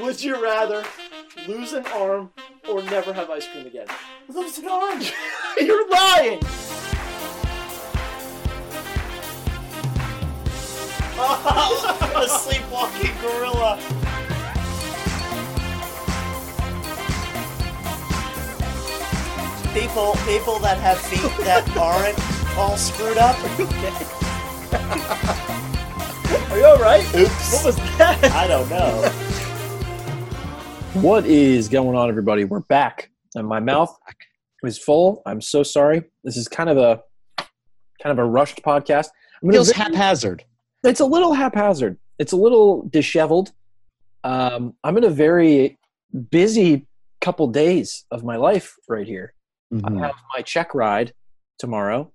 Would you rather lose an arm or never have ice cream again? Lose an arm. You're lying! a sleepwalking gorilla. People, people that have feet that aren't all screwed up. Are you alright? What Oops. was that? I don't know. What is going on, everybody? We're back, and my mouth is full. I'm so sorry. This is kind of a kind of a rushed podcast. I'm gonna feels vi- haphazard. it's a little haphazard. It's a little disheveled. Um, I'm in a very busy couple days of my life right here. Hmm. I Uh-huh. have my check ride tomorrow.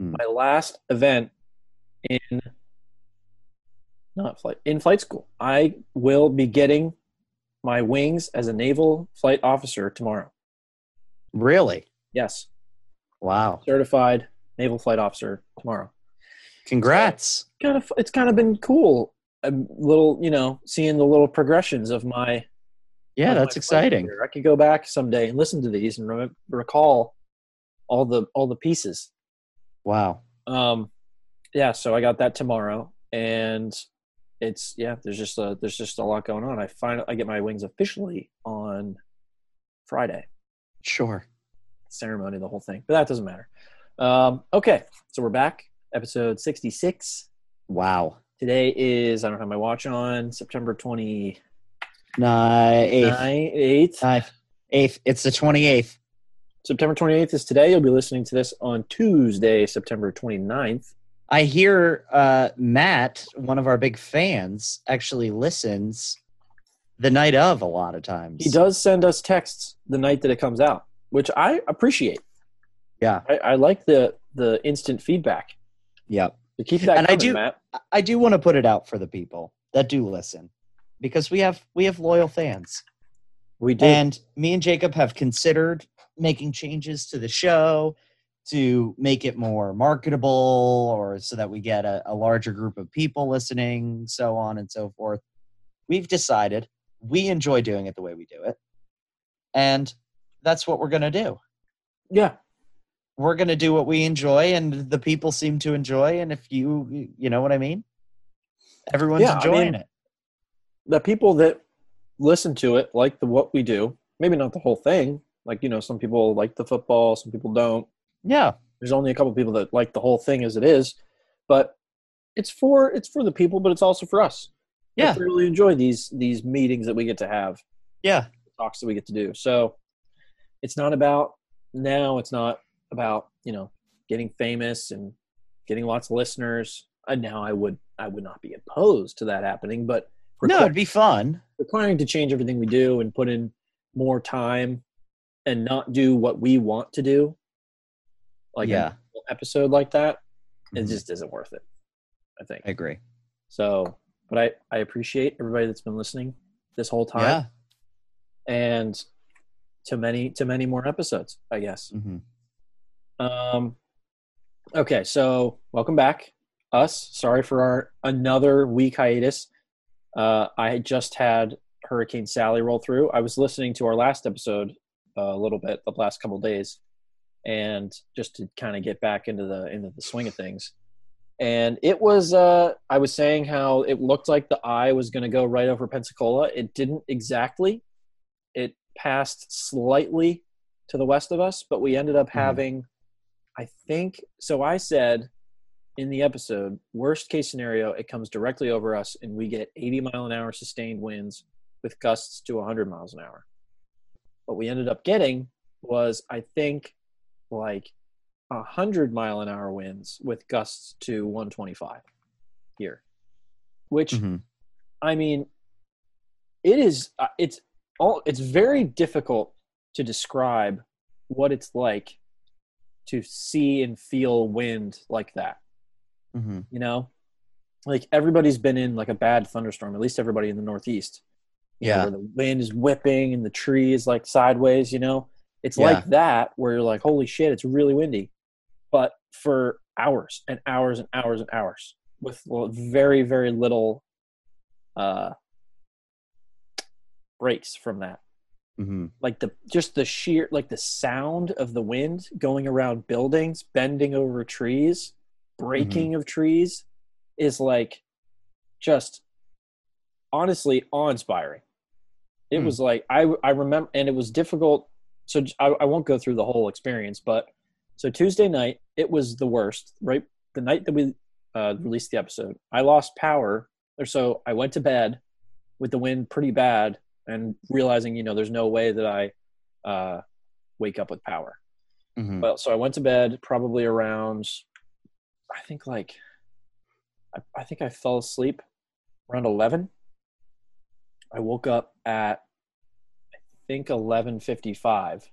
Mm. My last event in not flight in flight school. I will be getting my wings as a naval flight officer tomorrow. Really? Yes, Wow. certified naval flight officer tomorrow. Congrats. Kind of, it's kind of been cool. A little, you know, seeing the little progressions of my. Yeah, of my that's flight exciting. career. I could go back someday and listen to these and remem recall all the all the pieces. Wow. um yeah so i got that tomorrow and it's yeah there's just a there's just a lot going on i find i get my wings officially on friday Sure. ceremony the whole thing but that doesn't matter um okay so we're back episode 66 Wow. today is i don't have my watch on september 29th Nine, eighth. 8th Ninth. Eighth. It's the 28th. september 28th is today you'll be listening to this on tuesday september 29th I hear uh, Matt, one of our big fans, actually listens the night of a lot of times. he does send us texts the night that it comes out which i appreciate Yeah. I, I like the the instant feedback. Yep. So keep that And I coming, do- Matt. I- I do want to put it out for the people that do listen because we have we have loyal fans. We do. And me and Jacob have considered making changes to the show to make it more marketable or so that we get a, a larger group of people listening, so on and so forth. We've decided we enjoy doing it the way we do it. And that's what we're going to do. yeah, We're going to do what we enjoy and the people seem to enjoy. And if you, you know what I mean? Everyone's Yeah, I enjoying mean- it. the people that listen to it like the what we do. Maybe not the whole thing. Like you know, some people like the football, some people don't. Yeah. There's only a couple people that like the whole thing as it is, but it's for it's for the people, but it's also for us. Yeah. I really enjoy these these meetings that we get to have, Yeah. talks that we get to do. So it's not about now. It's not about you know getting famous and getting lots of listeners. And now I would I would not be opposed to that happening, but No, it'd be fun. requiring to change everything we do and put in more time and not do what we want to do like Yeah. Mm-hmm. an episode like that it just isn't worth it i think I agree. so but i i appreciate everybody that's been listening this whole Yeah. time and to many to many more episodes i guess Mm-hmm. um okay so welcome back us sorry for our another week hiatus uh i just had hurricane sally roll through i was listening to our last episode uh, a little bit the last couple days and just to kind of get back into the into the swing of things and it was uh i was saying how it looked like the eye was going to go right over pensacola it didn't exactly it passed slightly to the west of us but we ended up having i think so i said in the episode worst case scenario it comes directly over us and we get 80 mile an hour sustained winds with gusts to 100 miles an hour what we ended up getting was i think like 100 mile an hour winds with gusts to 125 here which Mm-hmm. I mean, it is. uh, It's all. It's very difficult to describe what it's like to see and feel wind like that. Mm-hmm. You know, like everybody's been in like a bad thunderstorm. At least everybody in the Northeast. you know, Yeah. where the wind is whipping and the tree is like sideways. You know, it's Yeah. like that where you're like, holy shit, it's really windy, but for hours and hours and hours and hours with l- very very little uh breaks from that. Mm-hmm. Like the just the sheer like the sound of the wind going around buildings, bending over trees, breaking of trees is like just honestly awe-inspiring. It Hmm. was like I I remember and it was difficult so j- I, I won't go through the whole experience, but so Tuesday night it was the worst. Right, the night that we uh, released the episode, I lost power, or so I went to bed with the wind pretty bad, and realizing you know there's no way that I uh, wake up with power. Mm-hmm. Well, so I went to bed probably around, I think like, I, I think I fell asleep around eleven. I woke up at, I think eleven fifty-five,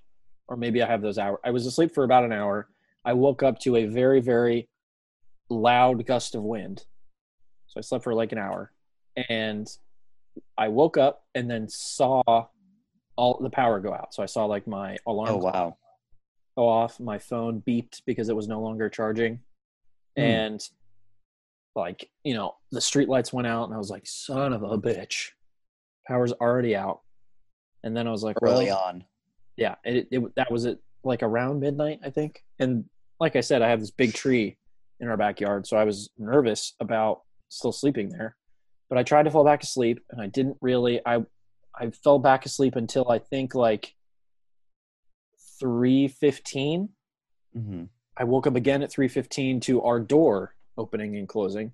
or maybe I have those hours. I was asleep for about an hour. I woke up to a very very loud gust of wind, so I slept for like an hour, and I woke up and then saw all the power go out. So I saw like my alarm Oh wow. go off. My phone beeped because it was no longer charging. Hmm. And like, you know, the streetlights went out and I was like, son of a bitch. Power's already out. And then I was like, Early well, on. yeah, it, it, that was it like around midnight, I think. And like I said, I have this big tree in our backyard. So I was nervous about still sleeping there, but I tried to fall back asleep and I didn't really, I, I fell back asleep until I think like 315 Mm-hmm. I woke up again at 3:15 to our door opening and closing,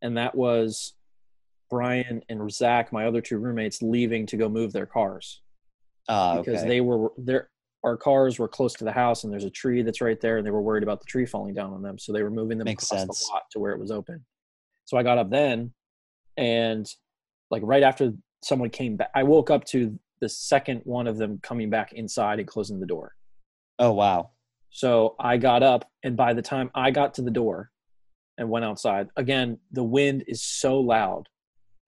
and that was Brian and Zach, my other two roommates, leaving to go move their cars Uh, okay. because they were their our cars were close to the house, and there's a tree that's right there, and they were worried about the tree falling down on them, so they were moving them Makes across sense. the lot to where it was open. So I got up then, and like right after someone came back, I woke up to the second one of them coming back inside and closing the door. oh wow. So I got up, and by the time I got to the door and went outside, again, the wind is so loud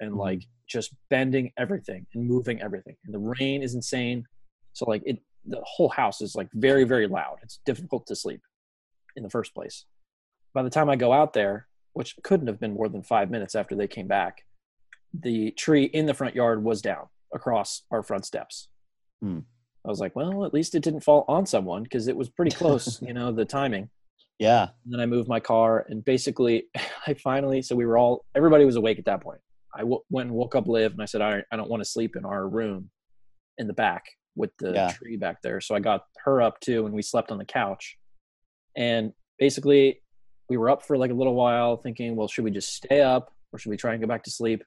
and Mhm. like just bending everything and moving everything. And the rain is insane. So, like, it, the whole house is like very, very loud. It's difficult to sleep in the first place. By the time I go out there, which couldn't have been more than five minutes after they came back, the tree in the front yard was down across our front steps. Hmm. I was like, well, at least it didn't fall on someone because it was pretty close, you know, the timing. Yeah. And then I moved my car, and basically, I finally, so we were all, everybody was awake at that point. I w- went and woke up Liv, and I said, I, I don't want to sleep in our room in the back with the Yeah. tree back there. So I got her up too, and we slept on the couch. And basically, we were up for like a little while thinking, well, should we just stay up or should we try and go back to sleep?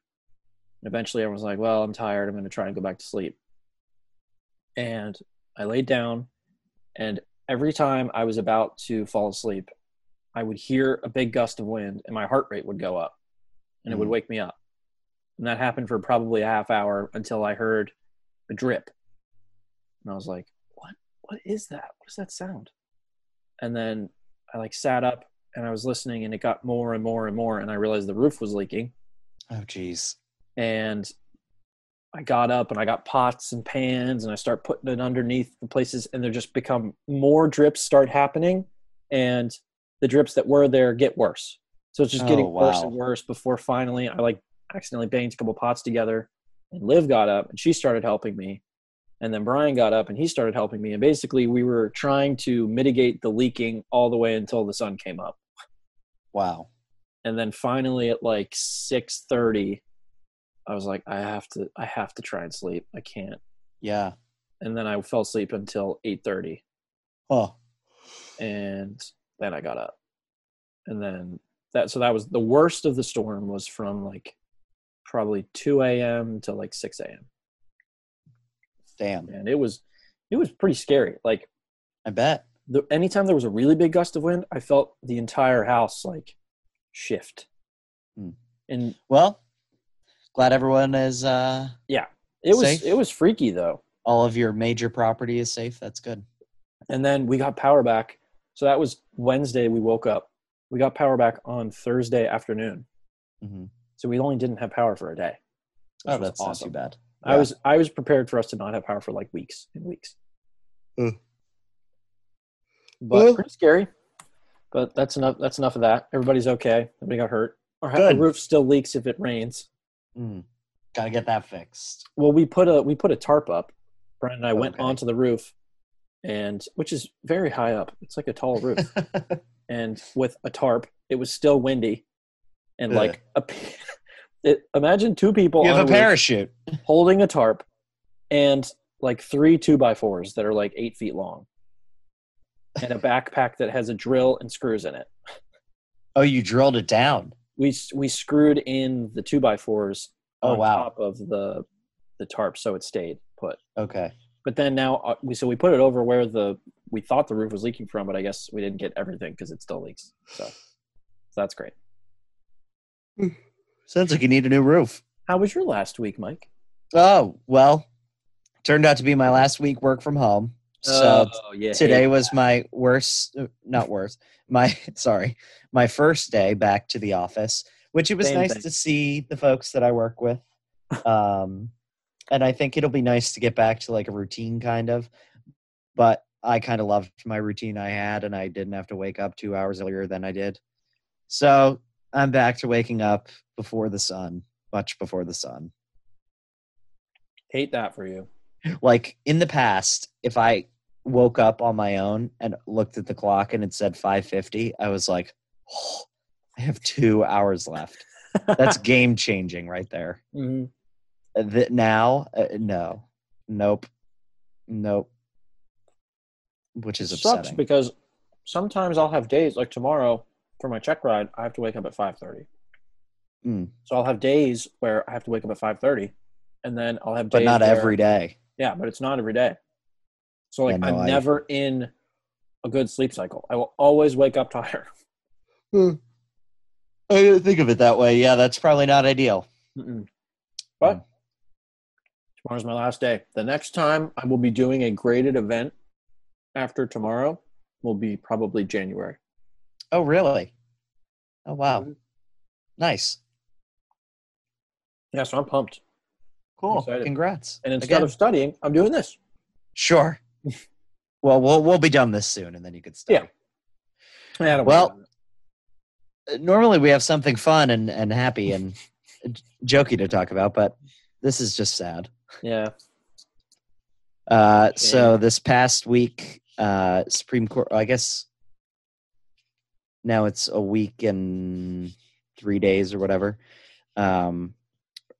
And eventually, everyone's like, well, I'm tired. I'm going to try and go back to sleep. And I laid down, and every time I was about to fall asleep, I would hear a big gust of wind and my heart rate would go up and it would Mhm. wake me up. And that happened for probably a half hour until I heard a drip. And I was like, what? What is that? What is that sound? And then I like sat up and I was listening and it got more and more and more. And I realized the roof was leaking Oh geez. and I got up and I got pots and pans and I start putting it underneath the places and they're just become more drips start happening and the drips that were there get worse. So it's just Oh, getting worse and wow. worse before finally I like accidentally banged a couple pots together and Liv got up and she started helping me. And then Brian got up and he started helping me. And basically we were trying to mitigate the leaking all the way until the sun came up Wow. and then finally at like 6.30 i was like i have to i have to try and sleep i can't Yeah. and then i fell asleep until 8.30 Oh. and then i got up and then that so that was the worst of the storm was from like probably 2 a.m to like 6 a.m Damn. and it was it was pretty scary like I bet. the, anytime there was a really big gust of wind i felt the entire house like shift Hmm. and Well, glad everyone is uh it was Safe? it was freaky though all of your major property is safe. That's good. and then we got power back. So that was Wednesday. We woke up. We got power back on Thursday afternoon. Mm-hmm. So we only didn't have power for a day. which Oh, was that's not too bad. I Yeah. was I was prepared for us to not have power for like weeks and weeks. Mm. But Well- pretty scary. But that's enough. That's enough of that. Everybody's okay. Nobody got hurt. Our, ha- our Good. roof still leaks if it rains. Mm. Gotta get that fixed. Well, we put a we put a tarp up. Brian and I went Okay. onto the roof, and which is very high up. It's like a tall roof, and with a tarp, it was still windy, and Ugh. like a. It, imagine two people you on have a roof parachute. holding a tarp, and like three two by fours that are like eight feet long, and a backpack that has a drill and screws in it. Oh, you drilled it down. we s- we screwed in the two by fours Oh, on wow. top of the the tarp so it stayed put. Okay. But then now uh, we so we put it over where the we thought the roof was leaking from, but I guess we didn't get everything because it still leaks. So, so that's great. Sounds like you need a new roof. How was your last week, Mike? Oh, well, turned out to be my last week work from home. So Oh, yeah, today hey, was my worst, uh, not worst, my, sorry, my first day back to the office, which it was Same nice thing. to see the folks that I work with. Um, and I think it'll be nice to get back to like a routine kind of, but I kind of loved my routine I had and I didn't have to wake up two hours earlier than I did. So I'm back to waking up before the sun, much before the sun. hate that for you. like in the past if i woke up on my own and looked at the clock and it said 5.50 i was like "Oh, i have two hours left that's game changing right there Mhm. Uh, th- now uh, no nope nope which is Sucks upsetting because sometimes I'll have days like tomorrow for my check ride. I have to wake up at five thirty. Mm. So I'll have days where I have to wake up at five thirty, and then I'll have but days not where- every day Yeah, but it's not every day. So like Yeah, no, I'm I- never in a good sleep cycle. I will always wake up tired. i didn't Oh, think of it that way yeah that's probably not ideal Mm-mm. But Mm. tomorrow's my last day. The next time I will be doing a graded event after tomorrow will be probably January. oh really oh wow Mhm. nice Yeah, so I'm pumped. cool excited. congrats And instead Again. of studying, I'm doing this. Sure. well, we'll we'll be done this soon, and then you can start. I don't Well- worry about Uh, Normally, we have something fun and and happy and j- jokey to talk about, but this is just sad. it. yeah. Uh, so Shame. this past week, uh, Supreme Court. I guess now it's a week and three days or whatever. Um,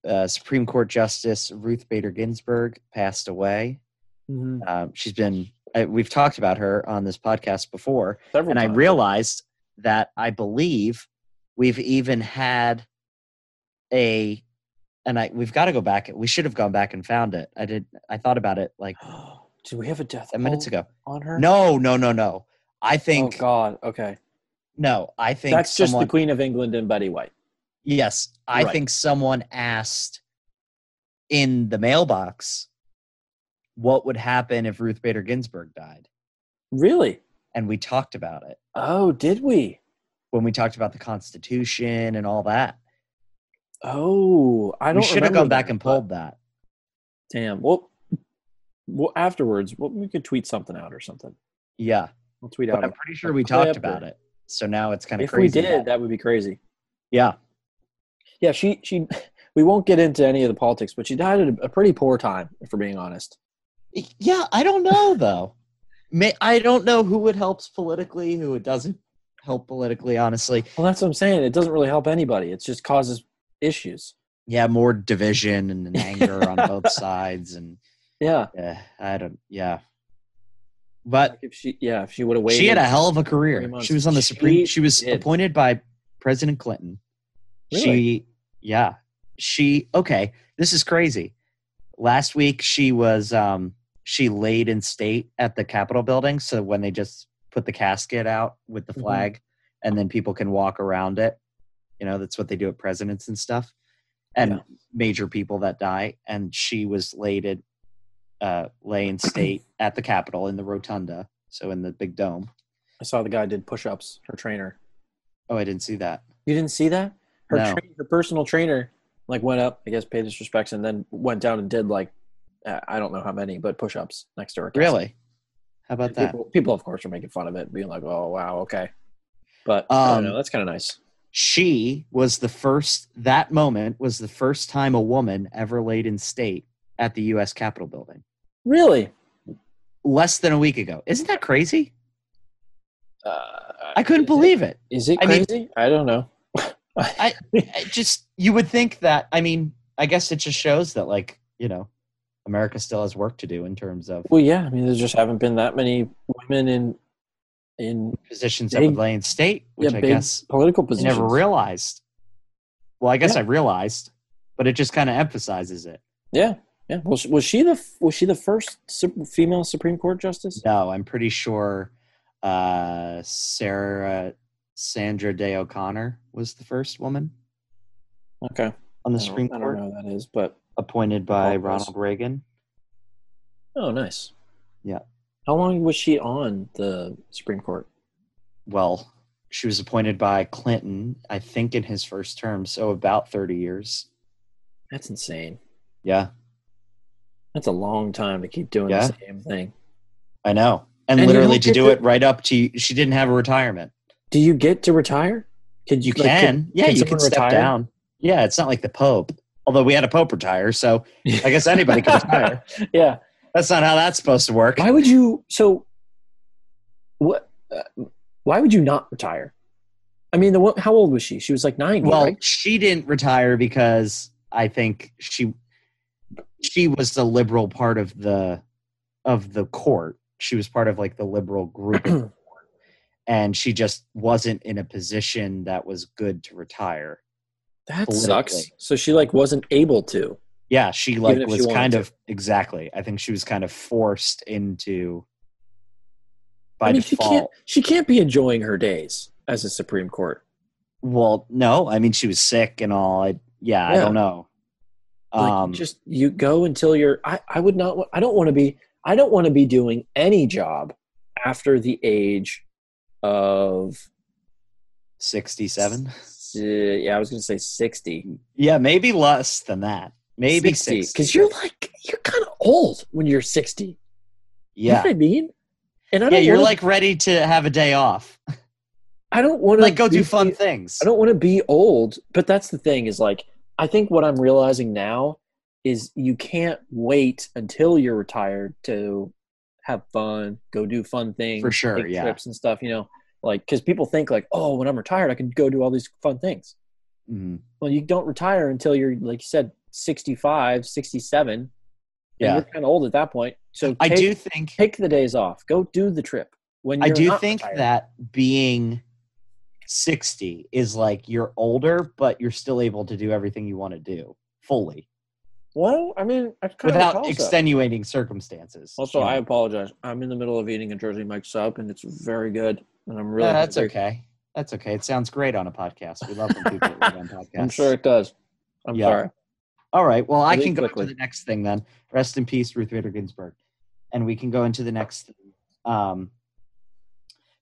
uh, Supreme Court Justice Ruth Bader Ginsburg passed away. Mhm. Um, she's been. I, we've talked about her on this podcast before. Several and I times. realized that I believe we've even had a and I we've got to go back. We should have gone back and found it. I did. I thought about it like Do we have a death ten minutes poll ago. on her? No, no, no, no. I Oh think God. Okay. no. I think That's just someone. the Queen of England and Betty White. yes, I Right. think someone asked in the mailbox what would happen if Ruth Bader Ginsburg died, Really? and we talked about it. Oh, did we? When we talked about the Constitution and all that, Oh, I don't. we should have remember gone back that, and but- pulled that. Damn. Well, well afterwards, well, we could tweet something out or something. Yeah, We'll tweet but out. I'm a- pretty sure we talked clip about or- it. So now it's kind of If crazy. we did, that- that. would be crazy. yeah, Yeah, she she. We won't get into any of the politics, but she died at a, a pretty poor time, if we're being honest. yeah, I don't know though. May, I don't know who it helps politically, who it doesn't help politically. Honestly, Well, that's what I'm saying. It doesn't really help anybody. It just causes issues. yeah, more division and an anger on both sides, and Yeah. uh, I don't. Yeah, but Like if she, yeah, if she would have waited. she had a hell of a three career. months. She was on the Supreme. She She was did. appointed by President Clinton. She, yeah, she. Okay, this is crazy. Last week she was, um, she laid in state at the Capitol building. So when they just put the casket out with the Mhm. flag, and then people can walk around it. You know, that's what they do at presidents and stuff, and Yeah. major people that die. And she was laid in, uh, lay in state at the Capitol in the rotunda, so in the big dome. I saw the guy did push-ups. Her trainer. Oh, I didn't see that. You didn't see that? Her No. tra- her personal trainer like went up, I guess, paid his respects, and then went down and did like uh, I don't know how many, but push-ups next to her. casket. Really? How about And that? People, people, of course, are making fun of it, being like, "Oh, wow, okay." But I don't Um, know. That's kind of nice. she was the first that moment was the first time a woman ever laid in state at the US Capitol building Really? less than a week ago. Isn't that crazy? Uh, I couldn't is it- believe it. Is it I mean- crazy? I don't know. I just you would think that I mean, I guess it just shows that like, you know, America still has work to do in terms of Well, yeah. I mean, there just haven't been that many women in in positions that Big- would lay in state, which yeah, I big guess political I positions. never realized. Well, I guess Yeah. I realized, but it just kind of emphasizes it. Yeah, yeah. Was was she the was she the first su- female Supreme Court justice? No, I'm pretty sure uh, Sarah Sandra Day O'Connor was the first woman Okay, on the I don't- Supreme I don't Court know who that is, but appointed by Oh, yes. Ronald Reagan. oh, nice. Yeah. How long was she on the Supreme Court? Well, she was appointed by Clinton, I think, in his first term, so about 30 years. That's insane. Yeah, That's a long time to keep doing the same thing. I know. And, And you literally don't to get do to- it right up to she didn't have a retirement. Do you get to retire? Could You like, could- can. yeah, you someone can step retire? down. Yeah, it's not like the Pope. Although we had a Pope retire, so I guess anybody can retire. yeah. That's not how that's supposed to work. Why would you? So, what? Uh, why would you not retire? I mean, the wo- how old was she? She was like ninety. Well, right? she didn't retire because I think she she was the liberal part of the of the court. She was part of like the liberal group, of the court. and she just wasn't in a position that was good to retire. that politically. sucks. So she like wasn't able to. Yeah, she like if she was wanted kind to. of exactly. I think she was kind of forced into by I mean, she can't. default. She can't be enjoying her days as a Supreme Court. Well, no, I mean she was sick and all. I, yeah, I Yeah. don't know. Like, Um, just you go until you're. I, I would not. wa- I don't want to be. I don't want to be doing any job after the age of. sixty-seven. uh, yeah, I was going to say sixty. Yeah, maybe less than that. Maybe sixty. because you're like you're kind of old when you're sixty. you know yeah, what I mean. And I yeah, don't. you're wanna, like ready to have a day off, I don't want to like go do fun things. I don't want to be old, but that's the thing is like I think what I'm realizing now is you can't wait until you're retired to have fun, go do fun things, For sure, take yeah. trips and stuff. You know, like because people think like, oh, when I'm retired, I can go do all these fun things. Mhm. Well, you don't retire until you're like you said, 65, 67. and Yeah, you're kind of old at that point. So I take- do think take the days off. Go do the trip when I you're do not think retired. that being sixty is like you're older, but you're still able to do everything you want to do fully Well, I mean, I kind of without a toss-up. extenuating circumstances. Also, you I know. apologize. I'm in the middle of eating a Jersey Mike's sub, and it's very good. And I'm really Yeah, that's hungry. okay. That's okay. It sounds great on a podcast. We love when people eat on podcasts. I'm sure it does. I'm Yeah. sorry. All right. Well, I Really can go quickly. to the next thing then. Rest in peace, Ruth Bader Ginsburg, and we can go into the next. Thing. Um,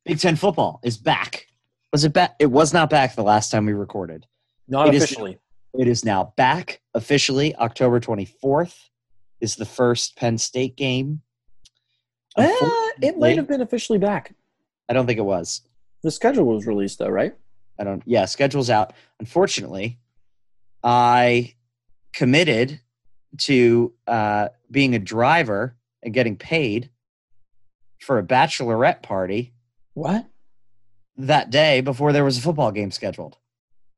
Big Ten football is back. Was it back? It was not back the last time we recorded. Not It is- officially. It is now back officially. October twenty fourth is the first Penn State game. Eh, it Unfortunately- might have been officially back. I don't think it was. The schedule was released, though, right? I don't. Yeah, schedule's out. Unfortunately, I committed to uh, being a driver and getting paid for a bachelorette party What? that day before there was a football game scheduled.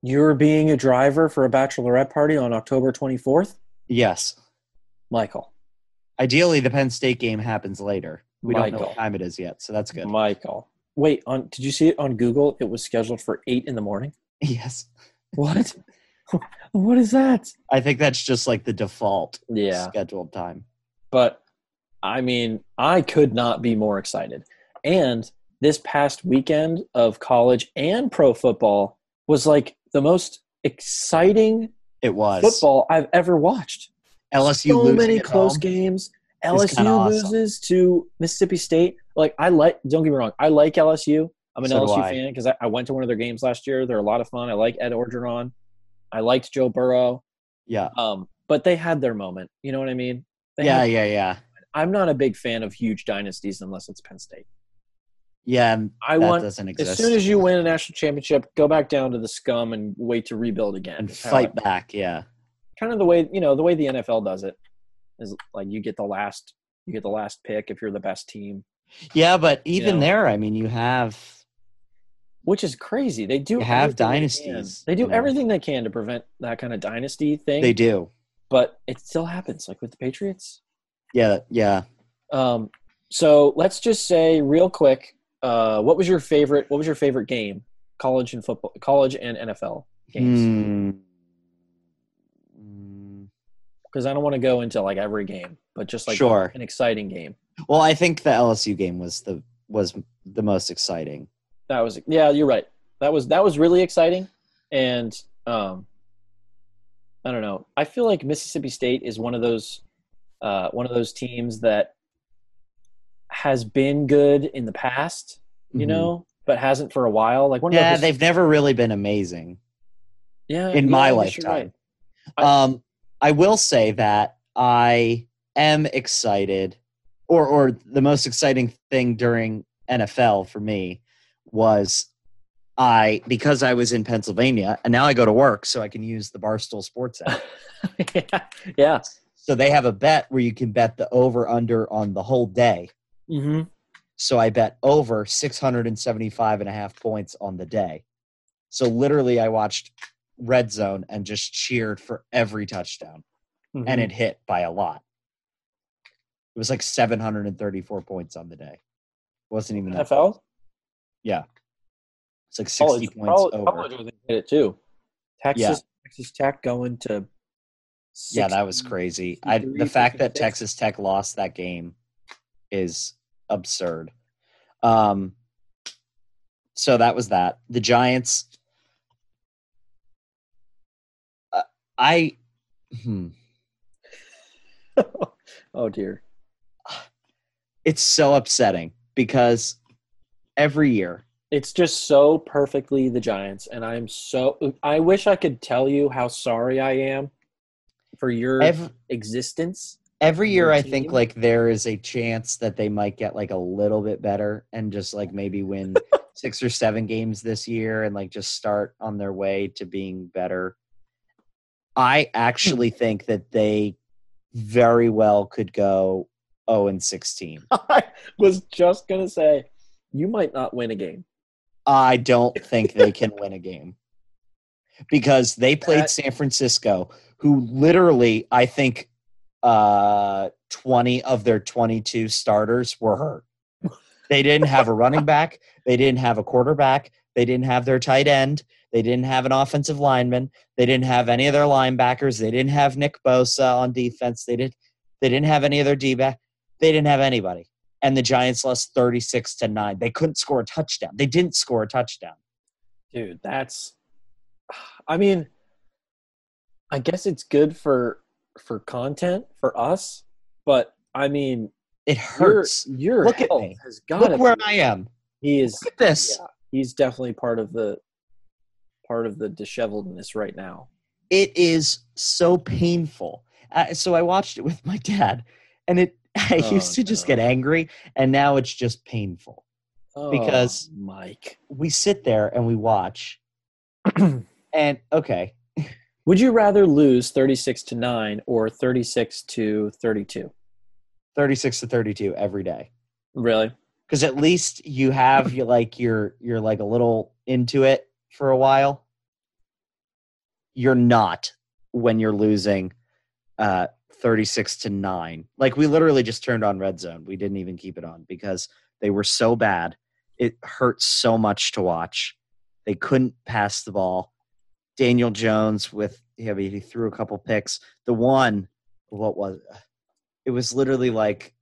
You were being a driver for a bachelorette party on October 24th, Yes. Michael. Ideally, the Penn State game happens later. We don't know Michael. what time it is yet, so that's good. Michael. Wait, on did you see it on Google? It was scheduled for eight in the morning. Yes. What? what is that? I think that's just like the default Yeah. scheduled time. but I mean, I could not be more excited. And this past weekend of college and pro football was like the most exciting It was football I've ever watched. LSU so losing many at close home. games. kinda LSU awesome. loses to Mississippi State. Like I like, don't get me wrong, I like LSU. I'm an So do LSU I. fan because I, I went to one of their games last year. They're a lot of fun. I like Ed Orgeron. I liked Joe Burrow. Yeah. Um, but they had their moment. You know what I mean? They had Yeah. Yeah. Yeah. I'm not a big fan of huge dynasties unless it's Penn State. Yeah, and I that want doesn't exist. as soon as you win a national championship, go back down to the scum and wait to rebuild again. and Is how fight I- back, yeah. kind of the way you know the way the NFL does it is like you get the last you get the last pick if you're the best team, Yeah, but even know. there, I mean, you have which is crazy. They do You have everything they can. dynasties, They, do you know. everything they can to prevent that kind of dynasty thing. they do. but it still happens, like with the Patriots. Yeah, yeah. Um, so let's just say real quick, uh, what was your favorite? What was your favorite game? College and football, college and NFL games. Hmm. Mm. Because I don't want to go into like every game, but just like Sure. an exciting game. Well, I think the LSU game was the was the most exciting. That was yeah, you're right. That was that was really exciting, and um, I don't know. I feel like Mississippi State is one of those uh, one of those teams that has been good in the past, you Mhm. know, but hasn't for a while. Like one of Yeah, those, they've never really been amazing. yeah, in yeah, my I guess you're lifetime. right. I- Um, I will say that I am excited, or or the most exciting thing during NFL for me was I because I was in Pennsylvania and now I go to work, so I can use the Barstool Sports app. yeah. yeah. so they have a bet where you can bet the over under on the whole day. Mm-hmm. So I bet over 675 and a half points on the day. So literally, I watched Red Zone and just cheered for every touchdown, Mm-hmm. and it hit by a lot. It was like 734 points on the day. Wasn't even that. NFL It's like 60 college, points college, over. college, I think, did it too. Texas, Texas Tech going to. yeah, that was 60. crazy. I, the 63, fact that 56. Texas Tech lost that game is absurd. Um, so that was that. The Giants. Uh, I, hmm, oh dear. it's so upsetting because every year, It's just so perfectly the Giants, and I'm so. I wish I could tell you how sorry I am for your every, existence. every year, I Team. think like there is a chance that they might get like a little bit better and just like maybe win six or seven games this year and like just start on their way to being better. I actually think that they very well could go 0 and 16. I was just gonna say, you might not win a game. I don't think they can win a game because they played That- San Francisco, who literally, I think, uh, 20 of their 22 starters were hurt. They didn't have a running back, they didn't have a quarterback, they didn't have their tight end, they didn't have an offensive lineman, they didn't have any of their linebackers, they didn't have Nick Bosa on defense, they didn't they didn't have any of their D back, they didn't have anybody and the Giants lost 36 to 9. They couldn't score a touchdown. They didn't score a touchdown. Dude, that's I mean I guess it's good for for content for us, but I mean It hurts. your your Look at health me. has got Look to where be I am. he is Look at this. yeah, he's definitely part of the part of the disheveledness right now. It is so painful. Uh, so I watched it with my dad and it I Oh, used to just no. get angry and now it's just painful. Oh, Because- Mike. We sit there and we watch and okay, Would you rather lose 36 to 9 or 36 to 32? 36 to 32 every day. Really? Cuz at least you have you like you're you're like a little into it for a while. you're not when you're losing uh 36 to 9 like we literally just turned on red zone we didn't even keep it on because they were so bad it hurt so much to watch they couldn't pass the ball daniel jones with yeah, but he threw a couple picks the one what was it was literally like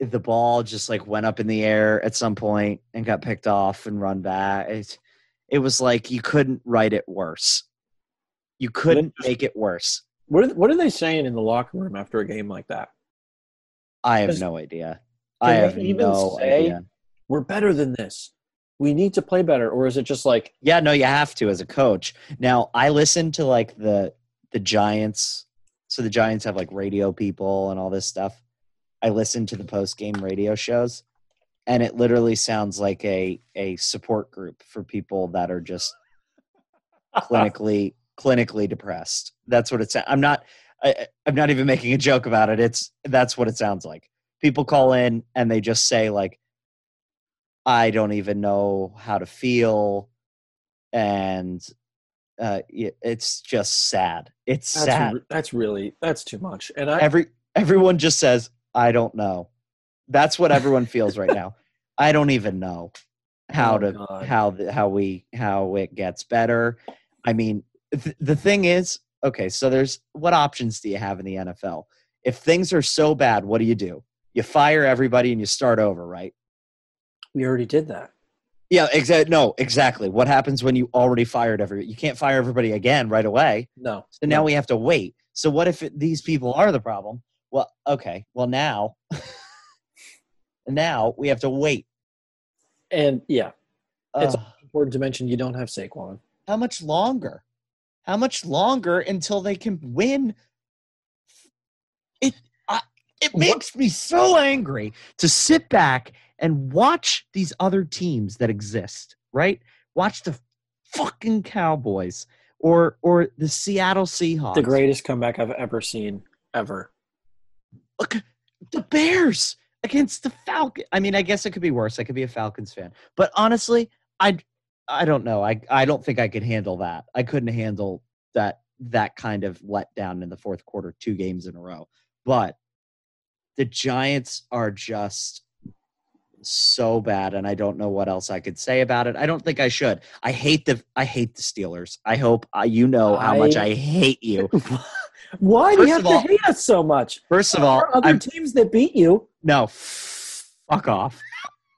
the ball just like went up in the air at some point and got picked off and run back It's- it was like you couldn't write it worse. You couldn't make it worse. What are, what are they saying in the locker room after a game like that? I have Does- no idea. can I have they even no say- idea. we're better than this. We need to play better. Or is it just like, Yeah, no, you have to as a coach. Now I listen to like the the Giants. So the Giants have like radio people and all this stuff. I listen to the post game radio shows, and it literally sounds like a a support group for people that are just clinically clinically depressed. That's what it's. I'm not. I, I'm not even making a joke about it. It's that's what it sounds like. People call in and they just say like, "I don't even know how to feel," and uh, it- it's just sad. It's That's, sad. re- that's really that's too much. And I Every everyone just says, "I don't know." That's what everyone feels right now. I don't even know how Oh, to God. how the, how we how it gets better. I mean, th- the thing is, okay, so there's what options do you have in the NFL? If things are so bad, what do you do? You fire everybody and you start over, right? we already did that. Yeah, exactly. No, exactly. What happens when you already fired every? You can't fire everybody again right away. No. So now we have to wait. So what if it, these people are the problem? Well, okay. Well, now, now we have to wait. and yeah, It's- Ugh. important to mention you don't have Saquon. how much longer? How much longer until they can win? It I, it makes me so angry to sit back and watch these other teams that exist, right? Watch the fucking Cowboys or or the Seattle Seahawks. The greatest comeback I've ever seen ever. Look, the Bears against the Falcons. I mean, I guess it could be worse. I could be a Falcons fan, but honestly, I I don't know. I I don't think I could handle that. I couldn't handle that that kind of letdown in the fourth quarter, two games in a row. But the Giants are just so bad and I don't know what else I could say about it. I don't think I should. I hate the I hate the Steelers. I hope uh, you know how much I- I hate you. Why do First you have of all- to hate us so much? First of There all, are other I'm teams that beat you. No, fuck off.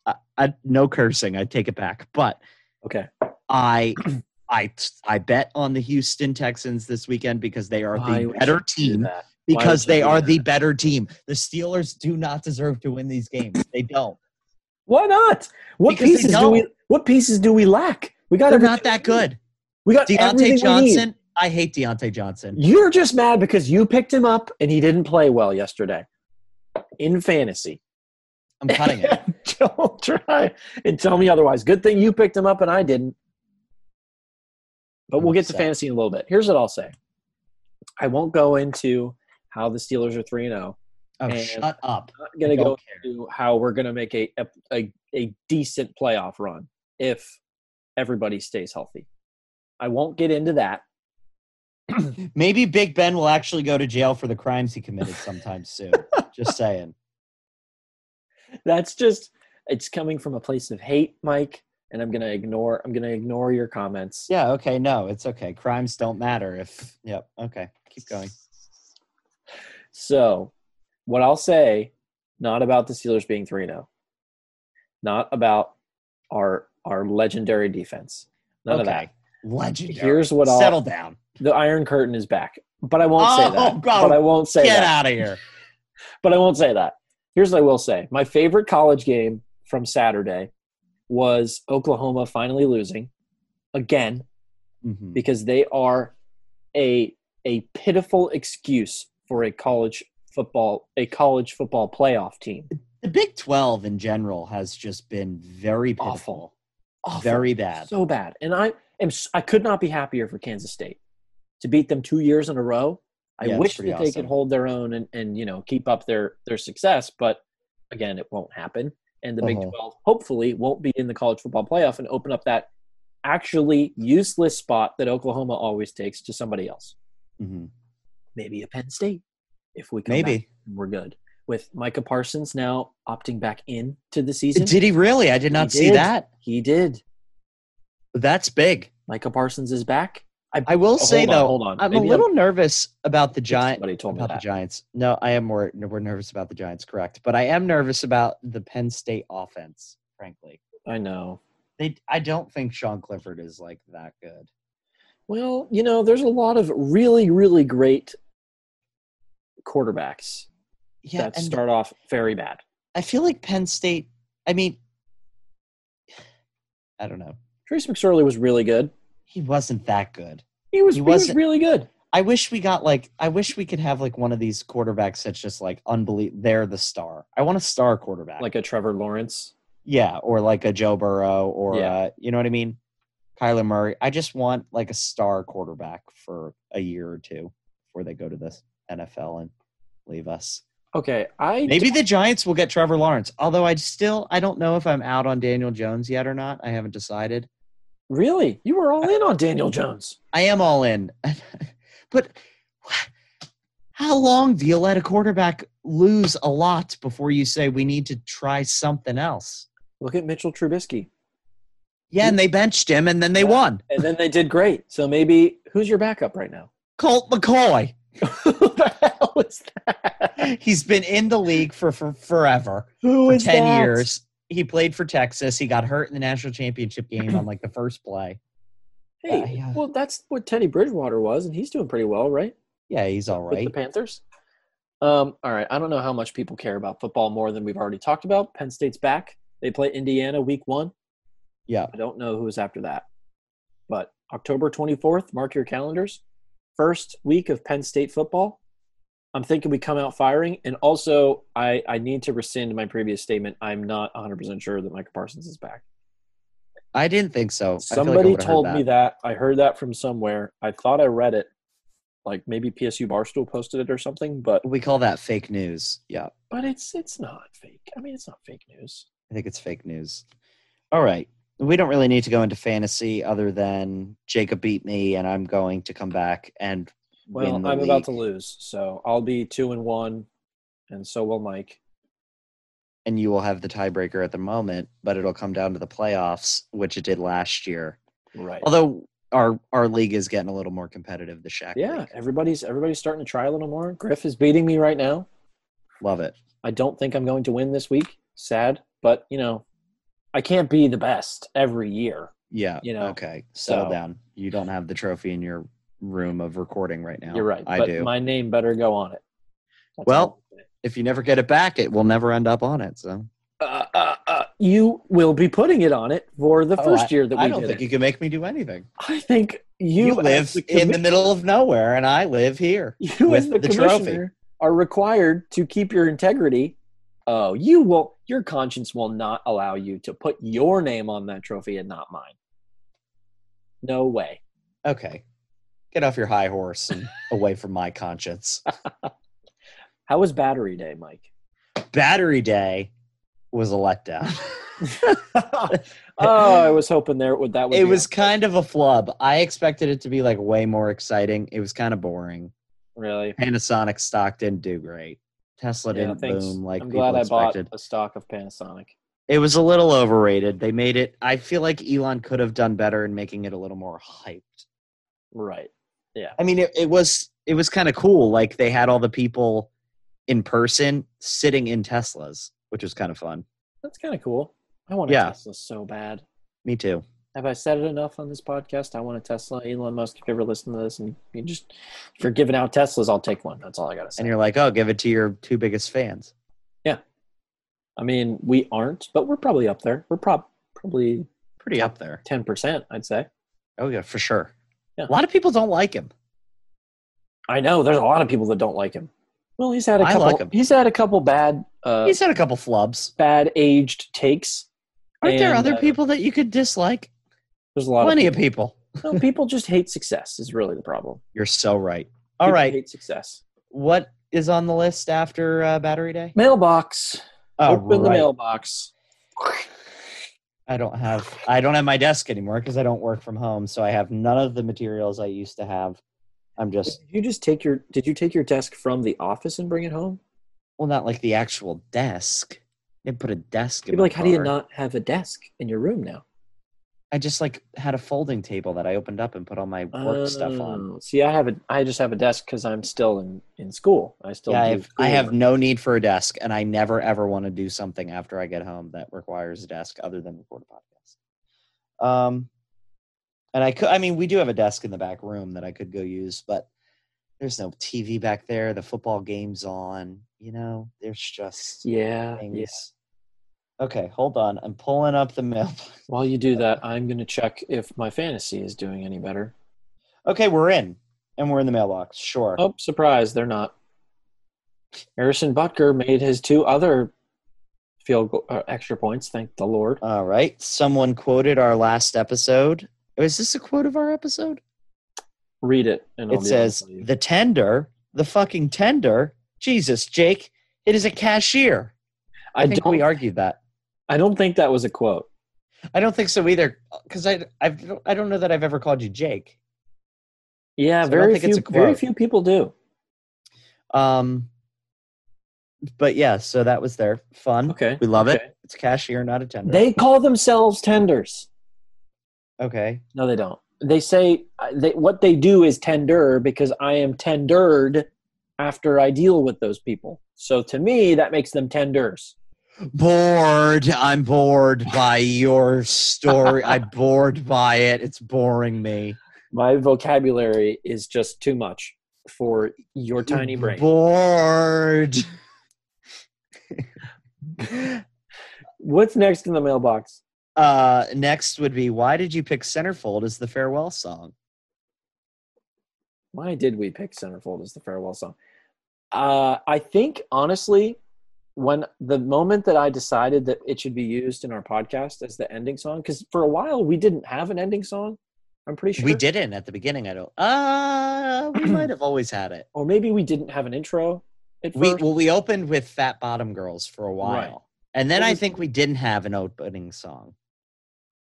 I, I, no cursing. I take it back. But Okay. I, I, I bet on the Houston Texans this weekend because they are Why the would you better do team. that? Why Because would you they do are that? the better team. The Steelers do not deserve to win these games. They don't. Why not? What Because they pieces do we? don't. What pieces do we lack? We got They're everything not that we need. good. We got everything Deontay we need. Johnson. I hate Deontay Johnson. You're just mad because you picked him up and he didn't play well yesterday in fantasy. I'm cutting it. Don't try and tell me otherwise. Good thing you picked him up and I didn't. But we'll get to So- fantasy in a little bit. Here's what I'll say. I won't go into how the Steelers are 3 0. Oh, And- shut up. I'm not going to Don't go care. into how we're going to make a, a, a, a decent playoff run if everybody stays healthy. I won't get into that. Maybe Big Ben will actually go to jail for the crimes he committed sometime soon. Just saying. That's just, it's coming from a place of hate, Mike. And I'm going to ignore, I'm going to ignore your comments. Yeah, okay, no, it's okay. Crimes don't matter if yep, okay. Keep going. So, what I'll say, not about the Steelers being 3 0, not about our our legendary defense. None of that. okay. Legendary. Here's what I'll Settle down. the Iron Curtain is back. But I won't Oh, say that. God. But I won't say Get that. out of here. But I won't say that. Here's what I will say. My favorite college game from Saturday was Oklahoma finally losing again Mhm. because they are a a pitiful excuse for a college football a college football playoff team. The Big 12 in general has just been very pitiful, Awful. Awful. very bad. So bad. And I am s- I could not be happier for Kansas State to beat them 2 years in a row. I Yeah, it's wish that pretty they could awesome. hold their own and, and you know keep up their their success, but again, it won't happen. And the Uh-huh. Big 12 hopefully won't be in the college football playoff and open up that actually useless spot that Oklahoma always takes to somebody else. Mm-hmm. Mhm. Maybe a Penn State if we come back Maybe. and we're good. With Micah Parsons now opting back in to the season, Did he really? I did not see did. that. he did. That's big. Micah Parsons is back. I will Oh, say hold on, though, hold on. I'm Maybe a little nervous about the Giant Somebody told me about the that. Giants. No, I am more we're nervous about the Giants, correct. But I am nervous about the Penn State offense, frankly. I know. They I don't think Sean Clifford is like that good. Well, you know, there's a lot of really, really great quarterbacks Yeah, that and start off very bad. I feel like Penn State. I mean, I don't know. Trace McSorley was really good. He wasn't that good. He was, He he was wasn't- really good. I wish we got like. I wish we could have like one of these quarterbacks that's just like unbelievable. They're the star. I want a star quarterback. Like a Trevor Lawrence. Yeah, or like a Joe Burrow, or Yeah. uh, you know what I mean, Kyler Murray. I just want like a star quarterback for a year or two before they go to the NFL and leave us. Okay, I Maybe the Giants will get Trevor Lawrence. Although I still I don't know if I'm out on Daniel Jones yet or not. I haven't decided. really you were all in on Daniel Jones. I am all in. but how long do you let a quarterback lose a lot before you say we need to try something else? Look at Mitchell Trubisky, Yeah, and they benched him and then they Yeah. won. and then they did great. So maybe who's your backup right now? Colt McCoy. Who the hell is that? He's been in the league for, for forever, Who for is 10 that? years. He played for Texas. He got hurt in the national championship game on like the first play. Hey, Yeah, yeah. well, that's what Teddy Bridgewater was, and he's doing pretty well, right? Yeah, he's all With right. the Panthers. Um, all right, I don't know how much people care about football more than we've already talked about. Penn State's back. They play Indiana week one. Yeah. I don't know who's after that. But October 24th, mark your calendars. First week of Penn State football. I'm thinking we come out firing. And also, I, I need to rescind my previous statement. I'm not 100% sure that Micah Parsons is back. I didn't think so. I feel like I Somebody would've heard told me that. I heard that from somewhere. I thought I read it. Like maybe PSU Barstool posted it or something, but We call that fake news. Yeah. but it's it's not fake. I mean, it's not fake news. I think it's fake news. All right. We don't really need to go into fantasy other than Jacob beat me and I'm going to come back and win Well, the I'm about league. to lose, so I'll be two and one, and so will Mike. and you will have the tiebreaker at the moment, but it'll come down to the playoffs, which it did last year. Right. Although our our league is getting a little more competitive this Shaq. Yeah, league. everybody's everybody's starting to try a little more. Griff is beating me right now. Love it. I don't think I'm going to win this week. Sad, but you know, I can't be the best every year. Yeah. You know, okay. Settle so- down. You don't have the trophy in your room of recording right now. You're right. I but do. My name better go on it. That's Well, all I'm saying. if you never get it back, it will never end up on it. So uh, uh, uh, you will be putting it on it for the Oh, first year that we I don't did think it. you can make me do anything. I think you, You, as live the in the commi- middle of nowhere, and I live here. you as with the, the trophy. commissioner are required to keep your integrity. Oh, you will. Your conscience will not allow you to put your name on that trophy and not mine. No way. Okay. Get off your high horse and away from my conscience. How was Battery Day, Mike? Battery day was a letdown. oh, I was hoping there would that would. it be was on. kind of a flub. I expected it to be like way more exciting. It was kind of boring. really. Panasonic stock didn't do great. Tesla Yeah, didn't thanks. boom like I'm people glad I bought expected. a stock of Panasonic. It was a little overrated. They made it. I feel like Elon could have done better in making it a little more hyped. Right. I mean, it, it was it was kind of cool. Like they had all the people in person sitting in Teslas, which was kind of fun. That's kind of cool. I want a Yeah. Tesla so bad. Me too. Have I said it enough on this podcast? I want a Tesla. Elon Musk, if you ever listen to this, and you just if you're giving out Teslas, I'll take one. That's all I gotta And say. you're like, oh, give it to your two biggest fans. I mean, we aren't, but we're probably up there. We're prob- probably Pretty up there. ten percent, I'd say. Oh yeah, for sure. Yeah. A lot of people don't like him. I know there's a lot of people that don't like him. Well, he's had a I couple. like him. He's had a couple bad, uh, He's had a couple flubs. bad aged takes. Aren't there And, other uh, people that you could dislike? There's a lot Plenty of of people. people. no, people just hate success. Is really the problem. You're so right. All People right. hate success. What is on the list after uh, Battery Day? Mailbox. Oh, Open the right. mailbox. I don't have I don't have my desk anymore because I don't work from home, so I have none of the materials I used to have. I'm just Did you just take your did you take your desk from the office and bring it home? well, not like the actual desk. They put a desk. in You'd be my like, how do you car. not have a desk in your room now? I just like had a folding table that I opened up and put all my work stuff on. Oh, See, I have a I just have a desk because I'm still in in school. I still Yeah, I do have, school I have work. no need for a desk, and I never ever want to do something after I get home that requires a desk other than record a podcast. Um, and I could, I mean, we do have a desk in the back room that I could go use, but there's no TV back there. The football game's on, you know. There's just yeah, things. yeah. Okay, hold on. I'm pulling up the mail. While you do that, I'm gonna check if my fantasy is doing any better. Okay, we're in, and we're in the mailbox. Sure. Oh, surprise, they're not. Harrison Butker made his two other field goal, uh, extra points. Thank the Lord. All right. Someone quoted our last episode. Is this a quote of our episode? Read it. And I'll be it able to says, tell you. the tender, the fucking tender. Jesus, Jake, it is a cashier. I, I think don't. we argued that. I don't think that was a quote. I don't think so either, because I, I've, I don't know that I've ever called you Jake. Yeah, So I don't very think few. it's a Very quote. few people do. Um, but yeah, so that was their fun. Okay. We love Okay. it. It's cashier, not a tender. They call themselves tenders. okay. No, they don't. They say uh, they, what they do is tender because I am tendered after I deal with those people. So to me, that makes them tenders. Bored. I'm bored by your story. I'm bored by it. It's boring me. My vocabulary is just too much for your Mm-hmm. tiny brain. Bored. What's next in the mailbox? Uh, next would be why did you pick Centerfold as the farewell song? why did we pick centerfold as the farewell song uh, i think honestly when the moment that i decided that it should be used in our podcast as the ending song because for a while we didn't have an ending song i'm pretty sure We didn't at the beginning. I don't. Uh, we might have always had it. or maybe we didn't have an intro at We first. well, we opened with Fat Bottom Girls for a while, and then What I was- think we didn't have an opening song.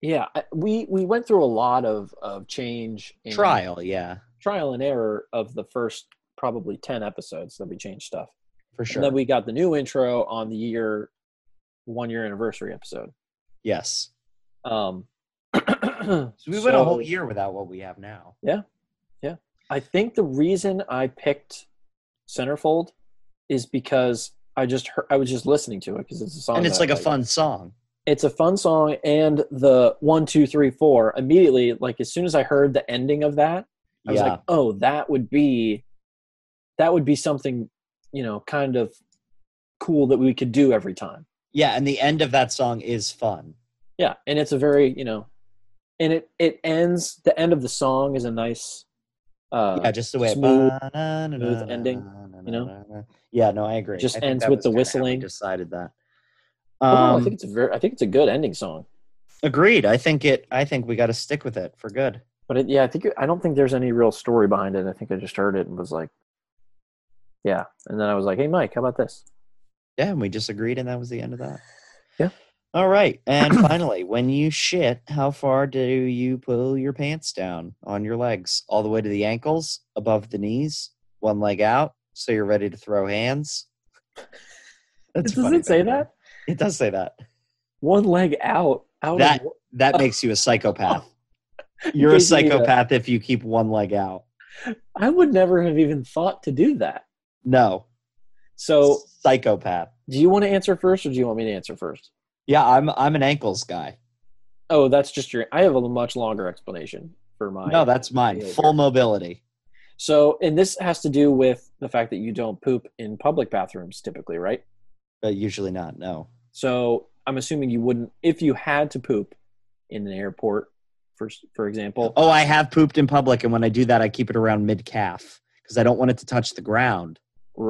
yeah I- we we went through a lot of of change and Trial, yeah, trial and error of the first probably 10 episodes that we changed stuff for and sure. then we got the new intro on the year one year anniversary episode yes, Um, so we went a so whole year without what we have now. I think the reason I picked Centerfold is because I just heard, I was just listening to it because it's a song, and it's that like I a fun song. It's a fun song, and the one, two, three, four immediately, like as soon as I heard the ending of that, I was yeah, like, oh, that would be, that would be something, you know, kind of cool that we could do every time. yeah, and the end of that song is fun. yeah and it's a very you know and it it ends the end of the song is a nice uh yeah, just the way it- smooth- Ba-na-na-na-na-na-na-na-na. ending, you Yeah, no, I agree. Just I think ends that with was the kinda how we whistling. Decided that. overall, i Um, think it's a very i think it's a good ending song agreed. I think it. I think we got to stick with it for good. but it, yeah i think it- i don't think there's any real story behind it i think i just heard it and was like yeah and then i was like hey mike how about this Yeah, and we just agreed, and that was the end of that. Yeah. All right. And finally, when you shit, how far do you pull your pants down on your legs? All the way to the ankles, above the knees, one leg out, so you're ready to throw hands. That's It funny, does it say though. that It does say that. one leg out out That- of, wo- That makes you a psychopath. You're a Gives me the- psychopath if you keep one leg out. i would never have even thought to do that No. so psychopath. do you want to answer first or do you want me to answer first Yeah, I'm I'm an ankles guy. oh that's just your i have a much longer explanation for my No, that's mine. behavior. Full mobility. So, and this has to do with the fact that you don't poop in public bathrooms typically, right? But usually not. No. So, I'm assuming you wouldn't if you had to poop in an airport, for for example. Oh, I have pooped in public, and when I do that, I keep it around mid calf because I don't want it to touch the ground,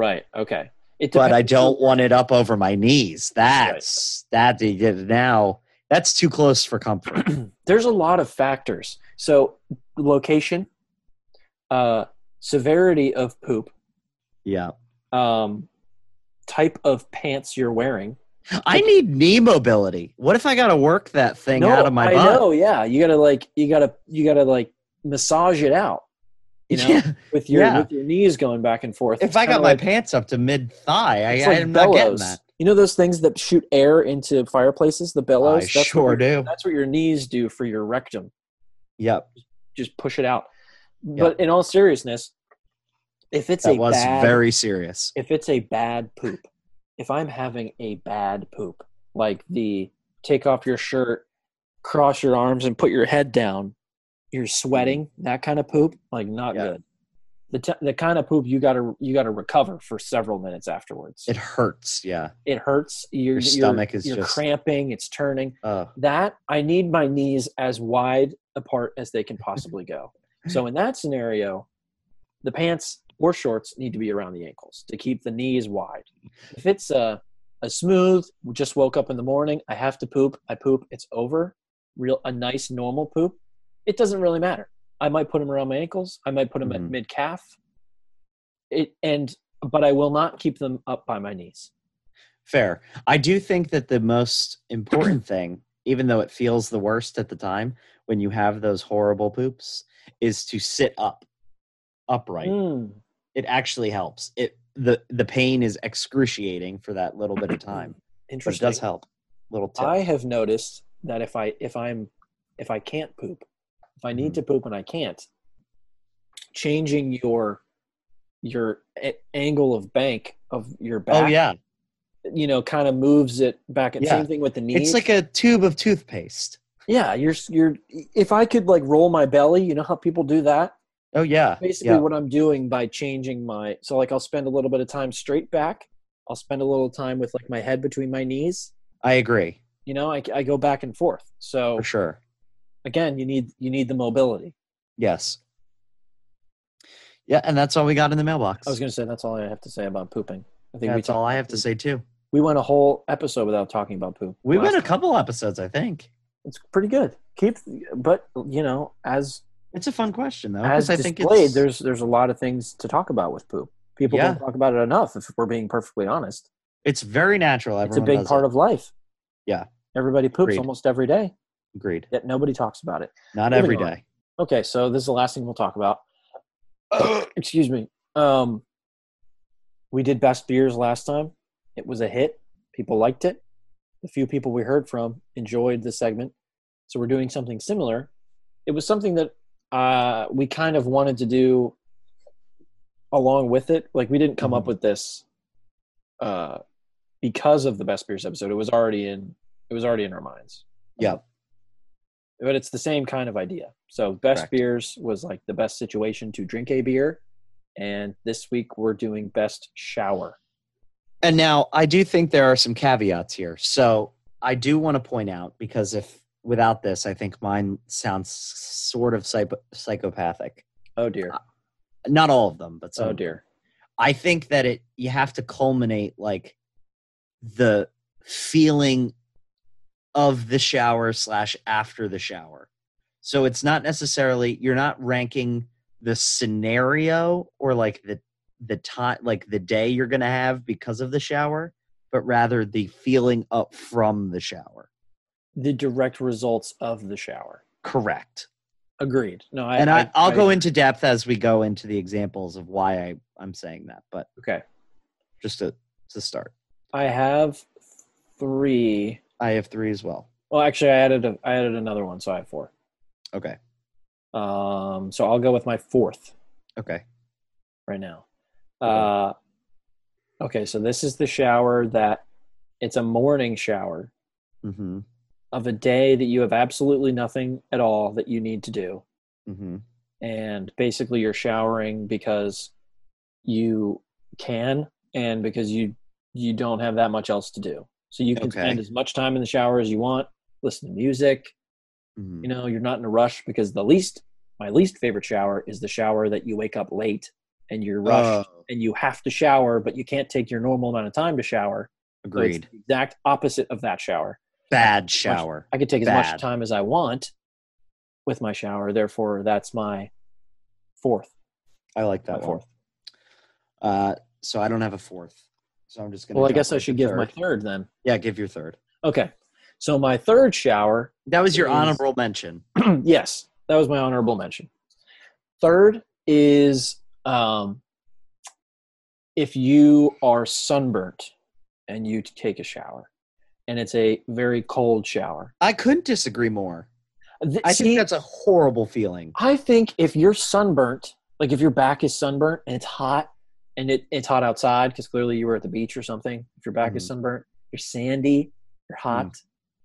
Right. Okay. It but I depends on- don't want it up over my knees. That's that you get now. That's too close for comfort. There's a lot of factors. So, location, uh, severity of poop, yeah, um, type of pants you're wearing. I need knee mobility. What if I got to work that thing out of my I butt? know. Yeah, you gotta like, you gotta, you gotta like massage it out. You know, Yeah. with your Yeah. with your knees going back and forth. If I Kinda got my like- pants up to mid thigh, I, it's like I'm not getting bellows. that. You know those things that shoot air into fireplaces, the bellows. I what sure your- do. That's what your knees do for your rectum. Yep, Just push it out. But in all seriousness, if it's that a was bad, very serious. if it's a bad poop, if I'm having a bad poop, like the take off your shirt, cross your arms, and put your head down, you're sweating. That kind of poop, like not Mm-hmm. Yeah. good. The, t- the kind of poop you gotta you gotta recover for several minutes afterwards. It hurts. Yeah. it hurts your, Your stomach is you're just- cramping it's turning Uh, that i need my knees as wide apart as they can possibly go so in that scenario the pants or shorts need to be around the ankles to keep the knees wide if it's a a smooth. we Just woke up in the morning. I have to poop. I poop. It's over. Real a nice normal poop. It doesn't really matter. I might put them around my ankles. I might put them Mhm. at mid calf. It and but I will not keep them up by my knees. Fair. I do think that the most important thing, even though it feels the worst at the time when you have those horrible poops, is to sit up, upright. Mm. It actually helps. It the the pain is excruciating for that little bit of time, but it Interesting. does help. Little tip. I have noticed that if I if I'm if I can't poop, if I need Mhm. to poop and I can't, changing your your a- angle of bank of your back, oh yeah, you know, kind of moves it back. And Yeah. Same thing with the knees. it's like a tube of toothpaste. yeah, you're s- you're. If I could like roll my belly, you know how people do that. Oh yeah, Basically, yeah. what I'm doing by changing my so like I'll spend a little bit of time straight back. I'll spend a little time with like my head between my knees. I agree You know, I, I go back and forth. So for sure. again you need you need the mobility Yes. Yeah, and that's all we got in the mailbox. i was going to say that's all i have to say about pooping i think we that's talked, all I have to say too. we went a whole episode without talking about poop We last went a time. couple episodes, I think. it's pretty good keep but you know as It's a fun question though, as because I displayed think it's there's there's a lot of things to talk about with poop people Yeah. don't talk about it enough if we're being perfectly honest it's very natural. it's a Everyone big part of life Yeah. everybody poops Agreed. almost every day agreed. yet nobody talks about it Not Moving every on. day. okay so this is the last thing we'll talk about excuse me um we did best beers last time it was a hit people liked it the few people we heard from enjoyed the segment so we're doing something similar it was something that uh we kind of wanted to do along with it like we didn't come up Mhm. with this uh because of the best beers episode it was already in it was already in our minds Yeah. but it's the same kind of idea. So best Correct. beers was like the best situation to drink a beer, and this week we're doing best shower. And now I do think there are some caveats here. So I do want to point out because if without this, I think mine sounds sort of psycho- psychopathic. Oh dear. Not all of them, but some. Oh of them. dear. I think that it you have to culminate like the feeling of the shower slash after the shower. So it's not necessarily you're not ranking the scenario or like the the time like the day you're gonna have because of the shower, but rather the feeling up from the shower. The direct results of the shower. Correct. Agreed. No, I and I, I, will I- go into depth as we go into the examples of why I, I'm saying that, but Okay. just to to start. I have three. I have three as well. Well, actually, I added a, I added another one, so I have four. Okay. Um, so I'll go with my fourth Okay. right now. Uh, okay, so this is the shower that it's a morning shower. Mm-hmm. of a day that you have absolutely nothing at all that you need to do. Mm-hmm. And basically, you're showering because you can and because you you don't have that much else to do. So you can Okay. spend as much time in the shower as you want, listen to music. Mm-hmm. You know, you're not in a rush because the least my least favorite shower is the shower that you wake up late and you're Uh, rushed and you have to shower, but you can't take your normal amount of time to shower. So it's agreed. the exact opposite of that shower. Bad shower. I could take as Bad. much time as I want with my shower. Therefore, that's my fourth. I like my that one. fourth. Uh, so I don't have a fourth. So I'm just gonna. Well, I jump guess I with should the give third. my third then. Yeah, give your third. Okay. So my third shower, That was your Is- honorable mention. yes, that was my honorable mention. Third is um, if you are sunburnt and you take a shower, and it's a very cold shower. I couldn't disagree more. Th- I see, think that's a horrible feeling. I think if you're sunburnt, like if your back is sunburnt and it's hot, and it, it's hot outside because clearly you were at the beach or something. If your back is Mhm. sunburnt, you're sandy, you're Mm-hmm. hot,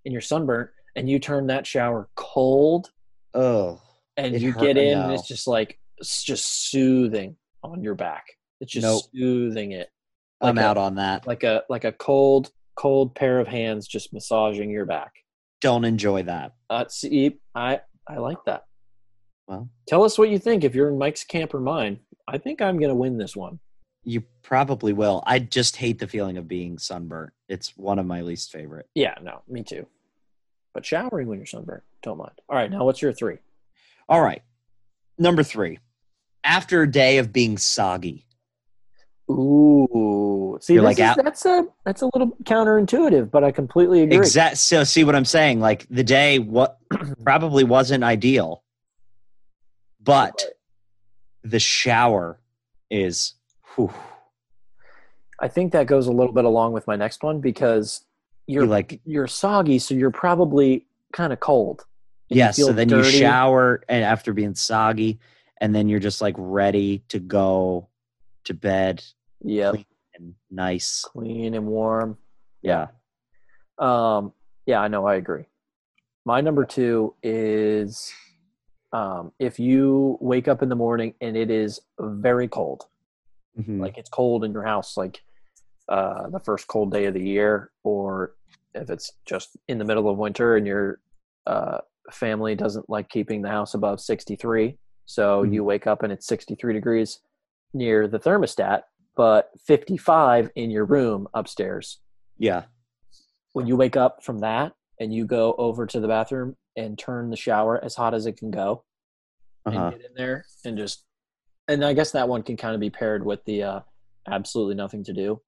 and you're sunburnt, and you turn that shower cold, Oh, and It you hurt- get in, no. and it's just like it's just soothing on your back. It's just Nope. soothing it I'm Like a- out on that. like a like a cold cold pair of hands just massaging your back. Don't enjoy that. Uh, see, I I like that. Well, Tell us what you think if you're in Mike's camp or mine. I think I'm going to win this one. You probably will. I just hate the feeling of being sunburnt. It's one of my least favorite. Yeah, no, me too. But showering when you're sunburned, don't mind. All right, now what's your three? All right. Number three. After a day of being soggy. Ooh, see, You're this like is- out- that's a that's a little counterintuitive, but I completely agree. Exact so see what I'm saying? Like the day what probably wasn't ideal. But the shower is whew, I think that goes a little bit along with my next one because you you're like you're soggy, so you're probably kind of cold. and you yeah, so feel then you dirty. shower and after being soggy and then you're just like ready to go to bed Yeah, and nice. clean and warm. Yeah. Um, yeah, I know. I agree. My number two is um, if you wake up in the morning and it is very cold, Mhm. like it's cold in your house, like uh, the first cold day of the year, or if it's just in the middle of winter and your uh, family doesn't like keeping the house above 63, so Mhm. you wake up and it's 63 degrees near the thermostat, but 55 in your room upstairs yeah. when you wake up from that and you go over to the bathroom and turn the shower as hot as it can go Uh-huh. and get in there and just and i guess that one can kind of be paired with the uh absolutely nothing to do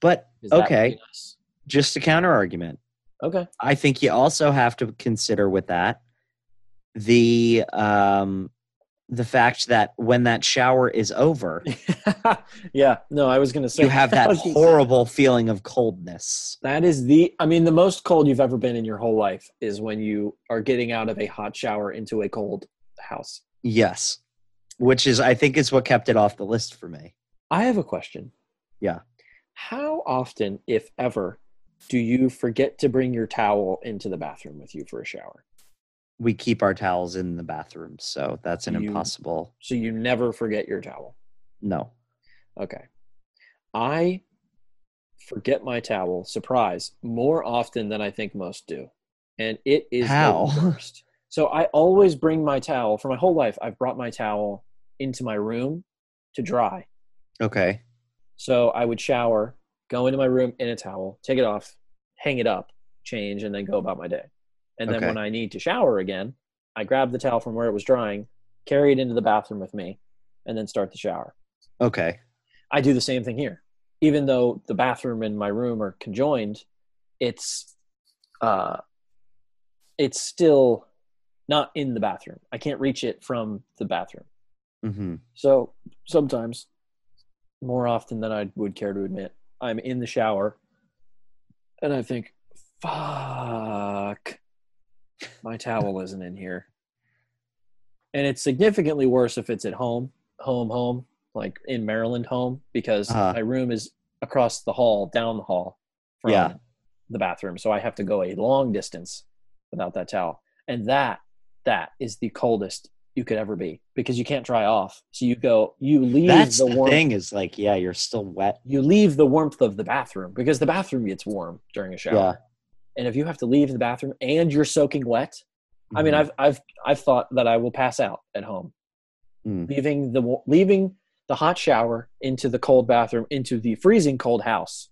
But 'cause that would be Okay. nice. just a counter argument. okay I think you also have to consider with that the um the fact that when that shower is over, yeah no i was gonna say you have that I was gonna say, horrible feeling of coldness. that is the i mean the most cold you've ever been in your whole life is when you are getting out of a hot shower into a cold house Yes. Which is I think is what kept it off the list for me. I have a question. Yeah. How often, if ever, do you forget to bring your towel into the bathroom with you for a shower? We keep our towels in the bathroom, so that's an You- impossible So you never forget your towel. no. Okay. I forget my towel, surprise, more often than I think most do. And it is the How? worst. So I always bring my towel for my whole life. I've brought my towel into my room to dry. Okay. So I would shower, go into my room in a towel, take it off, hang it up, change, and then go about my day. And then Okay. when I need to shower again, I grab the towel from where it was drying, carry it into the bathroom with me, and then start the shower. Okay. I do the same thing here. Even though the bathroom and my room are conjoined, it's uh it's still not in the bathroom. I can't reach it from the bathroom. Mm-hmm. So sometimes, more often than I would care to admit, I'm in the shower and I think, fuck, my towel isn't in here. And it's significantly worse if it's at home, home, home, like in Maryland home, because Uh-huh. my room is across the hall, down the hall from Yeah. the bathroom. So I have to go a long distance without that towel. And that, that is the coldest you could ever be because you can't dry off. So you go, you leave That's the, the, warmth, thing is like, yeah, you're still wet. you leave the warmth of the bathroom because the bathroom gets warm during a shower. Yeah. And if you have to leave the bathroom and you're soaking wet, I Mm-hmm. mean, I've I've I've thought that I will pass out at home, Mm. leaving the wa- leaving the hot shower into the cold bathroom into the freezing cold house,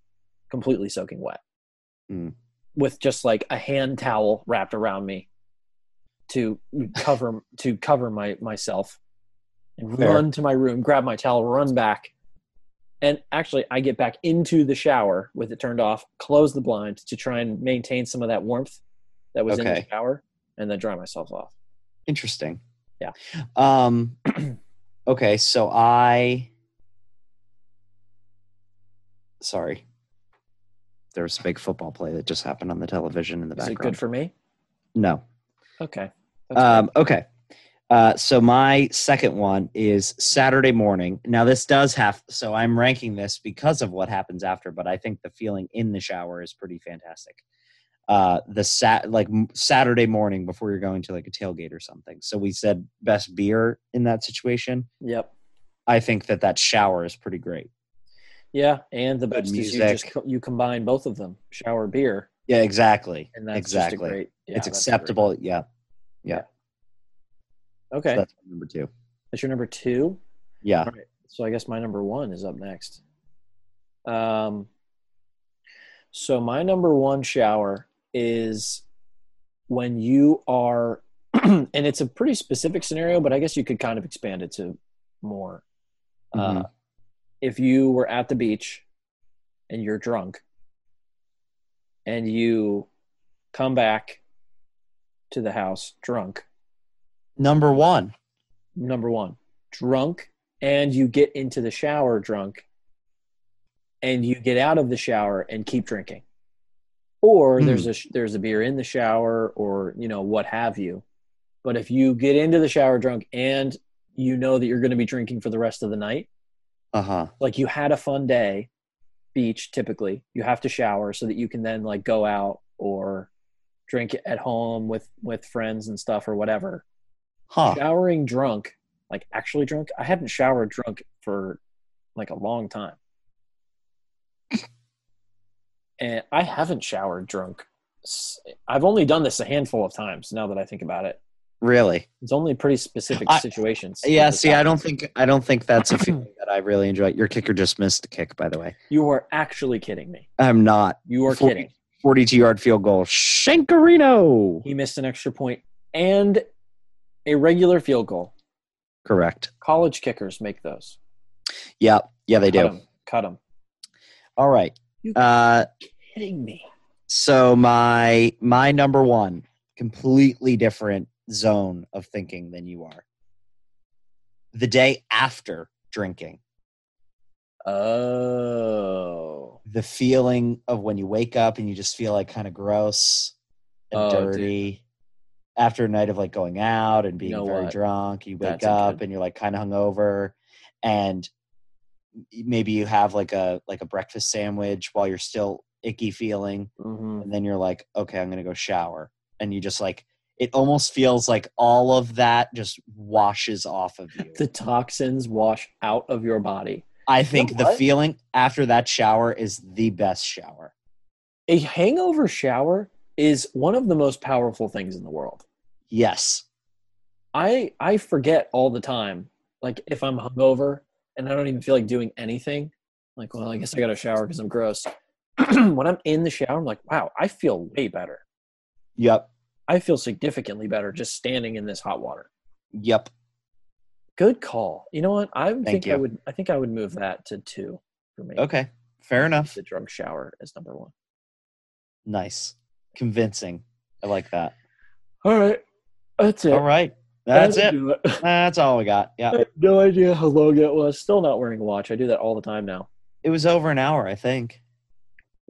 completely soaking wet, Mm. with just like a hand towel wrapped around me to cover to cover my myself, and Fair. run to my room, grab my towel, run back. And actually, I get back into the shower with it turned off, close the blind to try and maintain some of that warmth that was in the Okay. shower, and then dry myself off. Interesting. Yeah. Um okay, so I sorry. There was a big football play that just happened on the television in the Is it background. good for me? no. Okay. That's Um okay. Uh so my second one is Saturday morning. Now this does have so I'm ranking this because of what happens after, but I think the feeling in the shower is pretty fantastic. Uh, the sat like m- Saturday morning before you're going to like a tailgate or something. So we said best beer in that situation. good. Yep. I think that that shower is pretty great. Yeah, and the best is you music. just co- you combine both of them, shower beer, Yeah, exactly. and that's exactly. just a great. yeah, that's it's a great- acceptable. Yeah. okay, So that's number two. that's your number two. Yeah. All right. So I guess my number one is up next. Um, so my number one shower is when you are, and it's a pretty specific scenario, but I guess you could kind of expand it to more. Uh, if you were at the beach and you're drunk and you come back to the house drunk, Number one. number one, drunk, and you get into the shower drunk, and you get out of the shower and keep drinking, or Hmm. there's a sh- there's a beer in the shower, or you know what have you. But if you get into the shower drunk and you know that you're going to be drinking for the rest of the night, Uh huh. like you had a fun day, beach typically, you have to shower so that you can then like go out or drink at home with with friends and stuff or whatever Huh. showering drunk, like actually drunk. I hadn't showered drunk for like a long time. And I haven't showered drunk. s- I've only done this a handful of times now that I think about it. Really? It's only pretty specific I- situations. Yeah. that this See, I don't happens. think I don't think that's a feeling that I really enjoy. Your kicker just missed the kick, by the way. You are actually kidding me. I'm not. You are Before- kidding. 42 yard field goal. Shankarino. He missed an extra point and a regular field goal. Correct. College kickers make those. Yeah. Yeah, they Cut do. 'em. Cut them. All right. You- Uh, Kidding me. so my my number one completely different zone of thinking than you are the day after drinking Oh. the feeling of when you wake up and you just feel like kind of gross and Oh, dude. dirty after a night of like going out and being know very what? drunk you wake That's a up good- and you're like kind of hungover and m- maybe you have like a like a breakfast sandwich while you're still icky feeling hmm and then you're like okay i'm gonna go shower and you just like it almost feels like all of that just washes off of you the toxins wash out of your body. i think the what? feeling after that shower is the best shower A hangover shower is one of the most powerful things in the world. yes I I forget all the time, like if I'm hungover and I don't even feel like doing anything, like well, I guess I got to shower because I'm gross. when I'm in the shower, I'm like, wow, I feel way better. yep I feel significantly better just standing in this hot water. yep Good call. You know what? I think I you. would. I think I would move that to two for me. okay fair enough The drunk shower is number one. nice convincing i like that All right, that's it. all right that's That'll it do that's all we got yeah I have no idea how long it was. Still not wearing a watch. I do that all the time now. it was over an hour i think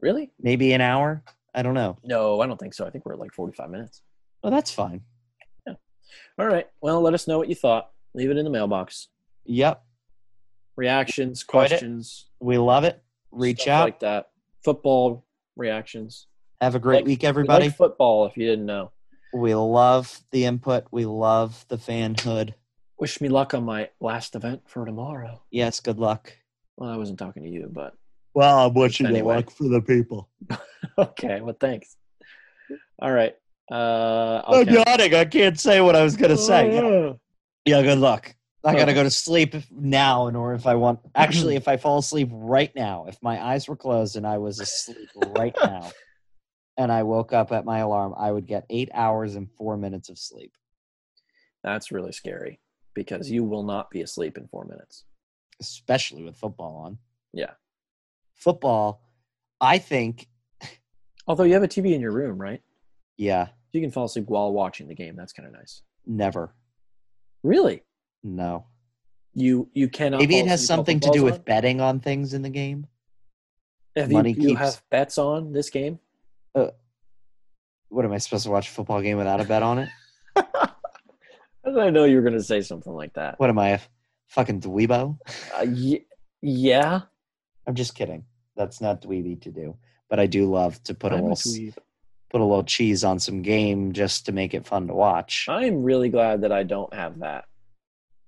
Really? maybe an hour i don't know No, I don't think so. I think we're at like 45 minutes. well that's fine All right. Well, let us know what you thought. Leave it in the mailbox. yep Reactions, Enjoyed it. questions, we love it reach stuff out like that. Football reactions. have a great Like- week We everybody like football. If you didn't know, We love the input. We love the fanhood. wish me luck on my last event for tomorrow. Yes, good luck. Well, I wasn't talking to you, but Well, I'm wishing you Anyway. luck for the people. okay. Well, thanks. All right. Uh, I'll I'm catch- yawning. I can't say what I was going to Oh, say. Yeah. Yeah, good luck. I got to go to sleep if- now in order if I want. Actually, if I fall asleep right now, if my eyes were closed and I was asleep right now and I woke up at my alarm, I would get eight hours and four minutes of sleep. That's really scary because you will not be asleep in four minutes. especially with football on. Yeah. Football, I think, Although you have a TV in your room, right? yeah, You can fall asleep while watching the game. That's kind of nice. never. Really? No. You you cannot. Maybe fall it has asleep while something to football's do with on? betting on things in the game. Have money you, do you keeps- have bets on this game. What am I supposed to watch a football game without a bet on it? How did I know you were going to say something like that? What am I, a fucking dweebo? Uh, ye- yeah. I'm just kidding. That's not dweeby to do, but I do love to put a I'm, little a s- dweeb. put a little cheese on some game just to make it fun to watch. I'm really glad that I don't have that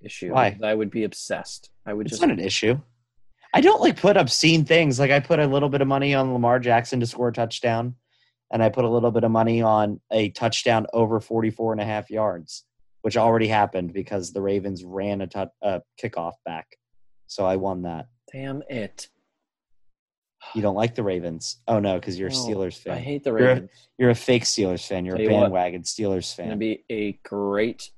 issue. Why? because I would be obsessed. I would It's just. not an issue. I don't like put obscene things. Like I put a little bit of money on Lamar Jackson to score a touchdown, and I put a little bit of money on a touchdown over 44 and a half yards, which already happened because the Ravens ran a tou- uh, kickoff back. So I won that. Damn it. You don't like the Ravens. Oh no, because you're a No, Steelers fan. I hate the You're a Ravens. you're a fake Steelers fan. You're Tell a you what. bandwagon Steelers It's going to fan. be a great,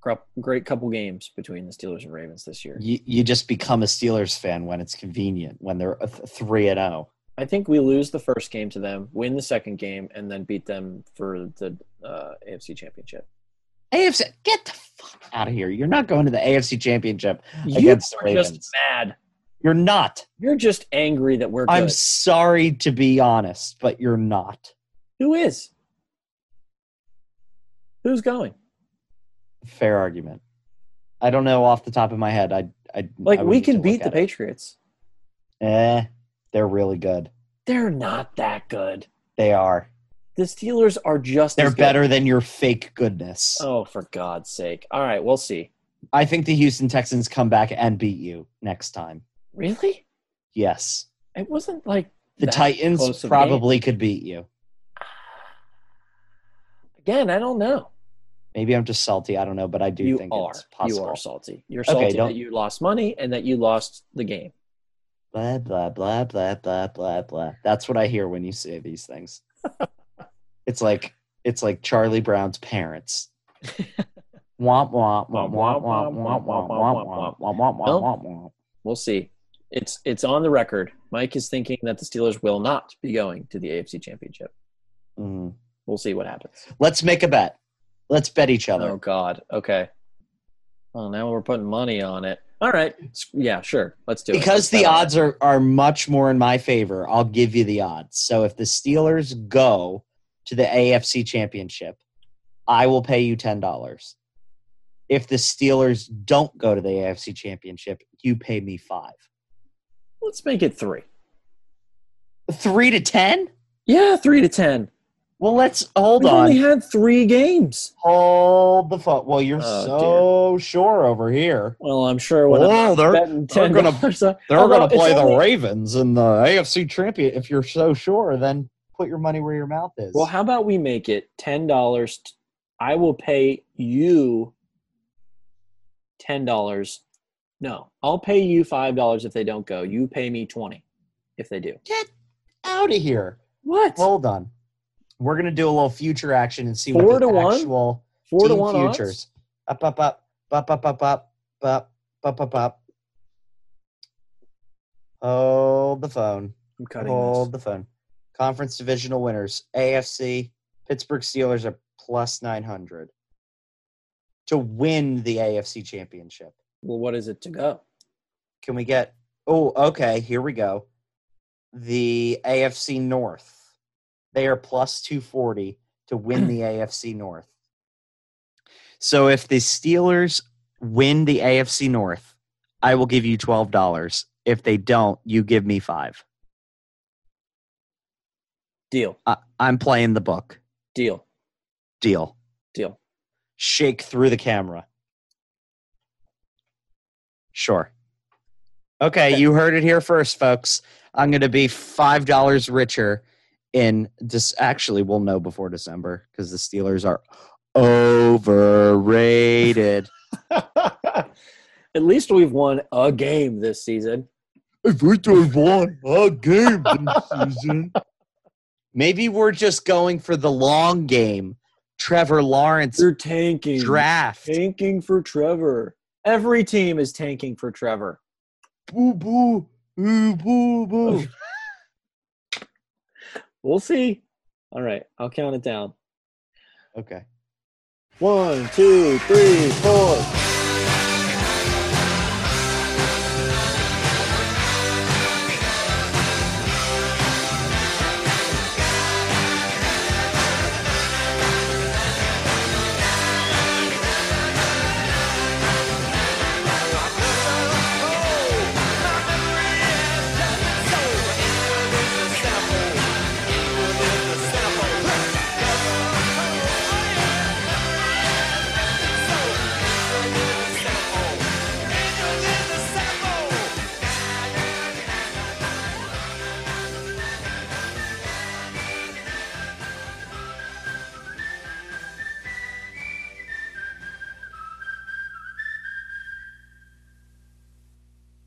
grup- great couple games between the Steelers and Ravens this year. you, you just become a Steelers fan when it's convenient, when they're a th- three and oh. zero. I think we lose the first game to them, win the second game, and then beat them for the uh, AFC Championship. AFC, get the fuck out of here! You're not going to the AFC Championship. You are Against the just Ravens. mad. You're not. You're just angry that we're good. I'm sorry to be honest, but you're not. Who is? Who's going? Fair argument. I don't know off the top of my head. I, I Like I would we need to can look beat the at it. Patriots. Eh, they're really good. They're not that good. They are. The Steelers are just. They're as good. better than your fake goodness. Oh, for God's sake! All right, we'll see. I think the Houston Texans come back and beat you next time. Really? Yes. It wasn't like The That close Titans of a probably could beat you. again. I don't know. Maybe I'm just salty. I don't know, but I do you think are. it's You possible. are salty. You're Okay, salty don't- that you lost money and that you lost the game. Blah blah blah blah blah blah blah. That's what I hear when you say these things. it's like it's like Charlie Brown's parents. Womp womp womp womp womp womp womp womp womp womp womp womp womp. We'll see. It's it's on the record. Mike is thinking that the Steelers will not be going to the AFC Championship. Mm. We'll see what happens. Let's make a bet. Let's bet each Oh other. God. Okay. Well, now we're putting money on it. All right. S- Yeah, sure. Let's do it. Let's Because the bet on it. odds are, are much more in my favor, I'll give you the odds. So if the Steelers go to the AFC Championship, I will pay you $10. If the Steelers don't go to the AFC Championship, you pay me 5. Let's make it three. 3 to 10? Yeah, three to ten. Well, let's hold We've only on. had three games. Hold the phone. Well, you're Oh, so sure over here. Well, I'm sure when I'm Oh, they're betting they're ten gonna- dollars, uh, they're they're going to play the Ravens in the AFC Championship. If you're so sure, then put your money where your mouth is. Well, how about we make it ten dollars? I will pay you ten dollars. No, I'll pay you five dollars if they don't go. You pay me twenty if they do. Get out of here. What? Hold on. We're gonna do a little future action and see Four what the to one? actual Four to team one futures. Up, up, up, up, up, up, up, up, up, up, up. Hold the phone. odds? I'm cutting Hold the phone. Conference divisional winners: AFC Pittsburgh Steelers are plus nine hundred to win the AFC championship. this. Well, what is it to go? Can we get? Oh, okay. Here we go. The AFC North. They are plus 240 to win the AFC North. So if the Steelers win the AFC North, I will give you $12. If they don't, you give me 5. Deal. I, I'm playing the book. Deal. Deal. Deal. Shake through the camera. Sure. Okay, you heard it here first, folks. I'm going to be five dollars richer in this. Actually, we'll know before December because the Steelers are overrated. At least we've won a game this season. if we don't won a game this season, maybe we're just going for the long game. Trevor Lawrence You're tanking. draft. Tanking for Trevor. Every team is tanking for Trevor. Boo boo. Ooh, boo boo. We'll see. All right, I'll count it down. okay. One, two, three, four.